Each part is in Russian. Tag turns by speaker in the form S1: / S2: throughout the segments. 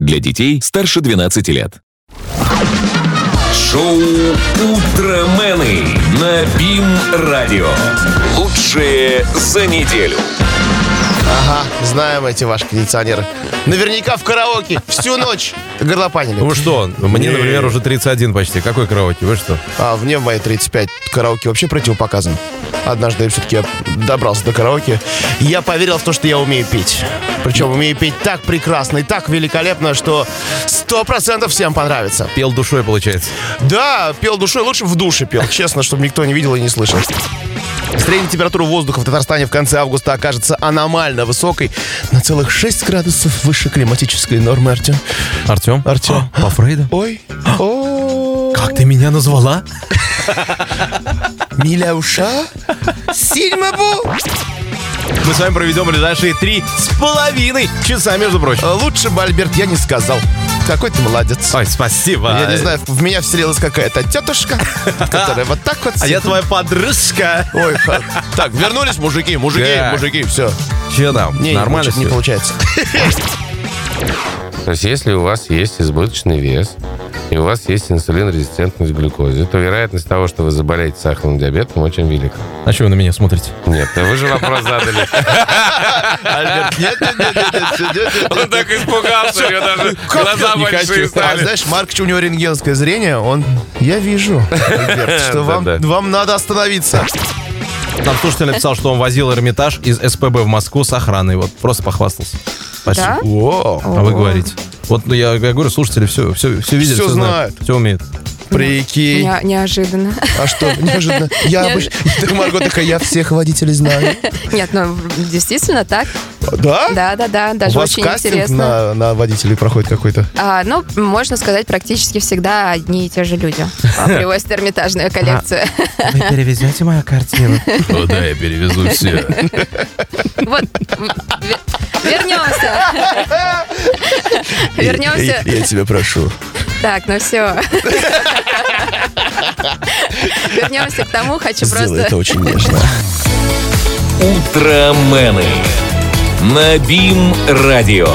S1: Для детей старше 12 лет. Шоу «Утромены» на БИМ-радио. Лучшее за неделю.
S2: Ага, А, знаем эти ваши кондиционеры. Наверняка в караоке всю ночь горлопанили.
S3: Ну Вы что, мне, например, уже 31 почти. Какой караоке? Вы что?
S2: А мне в мои 35 караоке вообще противопоказан. Однажды все-таки я добрался до караоке. Я поверил в то, что я умею петь. Причем умею петь так прекрасно и так великолепно, что 100% всем понравится.
S3: Пел душой, получается.
S2: Да, пел душой, лучше в душе пел, честно, чтобы никто не видел и не слышал. Средняя температура воздуха в Татарстане в конце августа окажется аномально высокой. На целых 6 градусов выше климатической нормы, Артем.
S3: Артем?
S2: Артем.
S3: А, По Фрейду?
S2: Ой, о
S3: Как ты меня назвала?
S2: миля уша, сильма бу.
S3: Мы с вами проведем ближайшие три с половиной часа, между прочим.
S2: Лучше бы, Альберт, я не сказал. Какой ты молодец.
S3: Ой, спасибо.
S2: Я не знаю, в меня вселилась какая-то тетушка, которая вот так вот...
S3: А я твоя подружка.
S2: Ой, ха- так, вернулись мужики, мужики,
S3: Так.
S2: мужики, все.
S3: Че там?
S2: Не,
S3: Нормально
S2: не,
S3: всё?
S2: получается.
S4: То есть, если у вас есть избыточный вес, и у вас есть инсулинорезистентность к глюкозе, то вероятность того, что вы заболеете сахарным диабетом, очень велика.
S3: А что вы на меня смотрите?
S4: Нет, да вы же вопрос задали.
S2: Альберт, нет, нет, нет, нет, нет, нет, нет, нет.
S4: Он так испугался, у него даже глаза
S3: Не хочу.
S4: большие
S2: А
S4: стали.
S2: знаешь, Маркич, у него рентгеновское зрение, он... Я вижу, Альберт, что вам,
S4: Да-да.
S2: вам надо остановиться.
S3: Нам слушатель написал, что он возил Эрмитаж из СПБ в Москву с охраной. Вот просто похвастался. Спасибо.
S5: Да?
S2: О,
S3: А вы говорите. Вот ну, я, я говорю, слушатели все, все, все видят,
S2: Всё
S3: все,
S2: знают.
S3: все умеют.
S2: прикинь.
S5: Не- неожиданно.
S2: А что, неожиданно. Я
S5: Неожи-
S2: обычно... Так Марго такая, я всех водителей знаю.
S5: Нет, ну действительно так.
S2: Да?
S5: Да, да, да.
S2: А? У
S5: Даже
S2: вас
S5: очень
S2: кастинг
S5: интересно.
S2: на, на водителей проходит какой-то.
S5: А, ну, можно сказать, практически всегда одни и те же люди а, привозят эрмитажную коллекцию.
S2: А.
S3: Вы перевезете мою картину?
S1: О, да, я перевезу все.
S5: Вот, в- ве- вернемся. Вернемся.
S2: Я, я тебя прошу.
S5: Так, ну все. Вернемся к тому, хочу
S2: Сделай
S5: просто...
S2: это очень нежно.
S1: Утромены на БИМ-радио.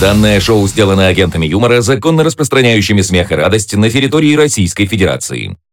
S1: Данное шоу сделано агентами юмора, законно распространяющими смех и радость на территории Российской Федерации.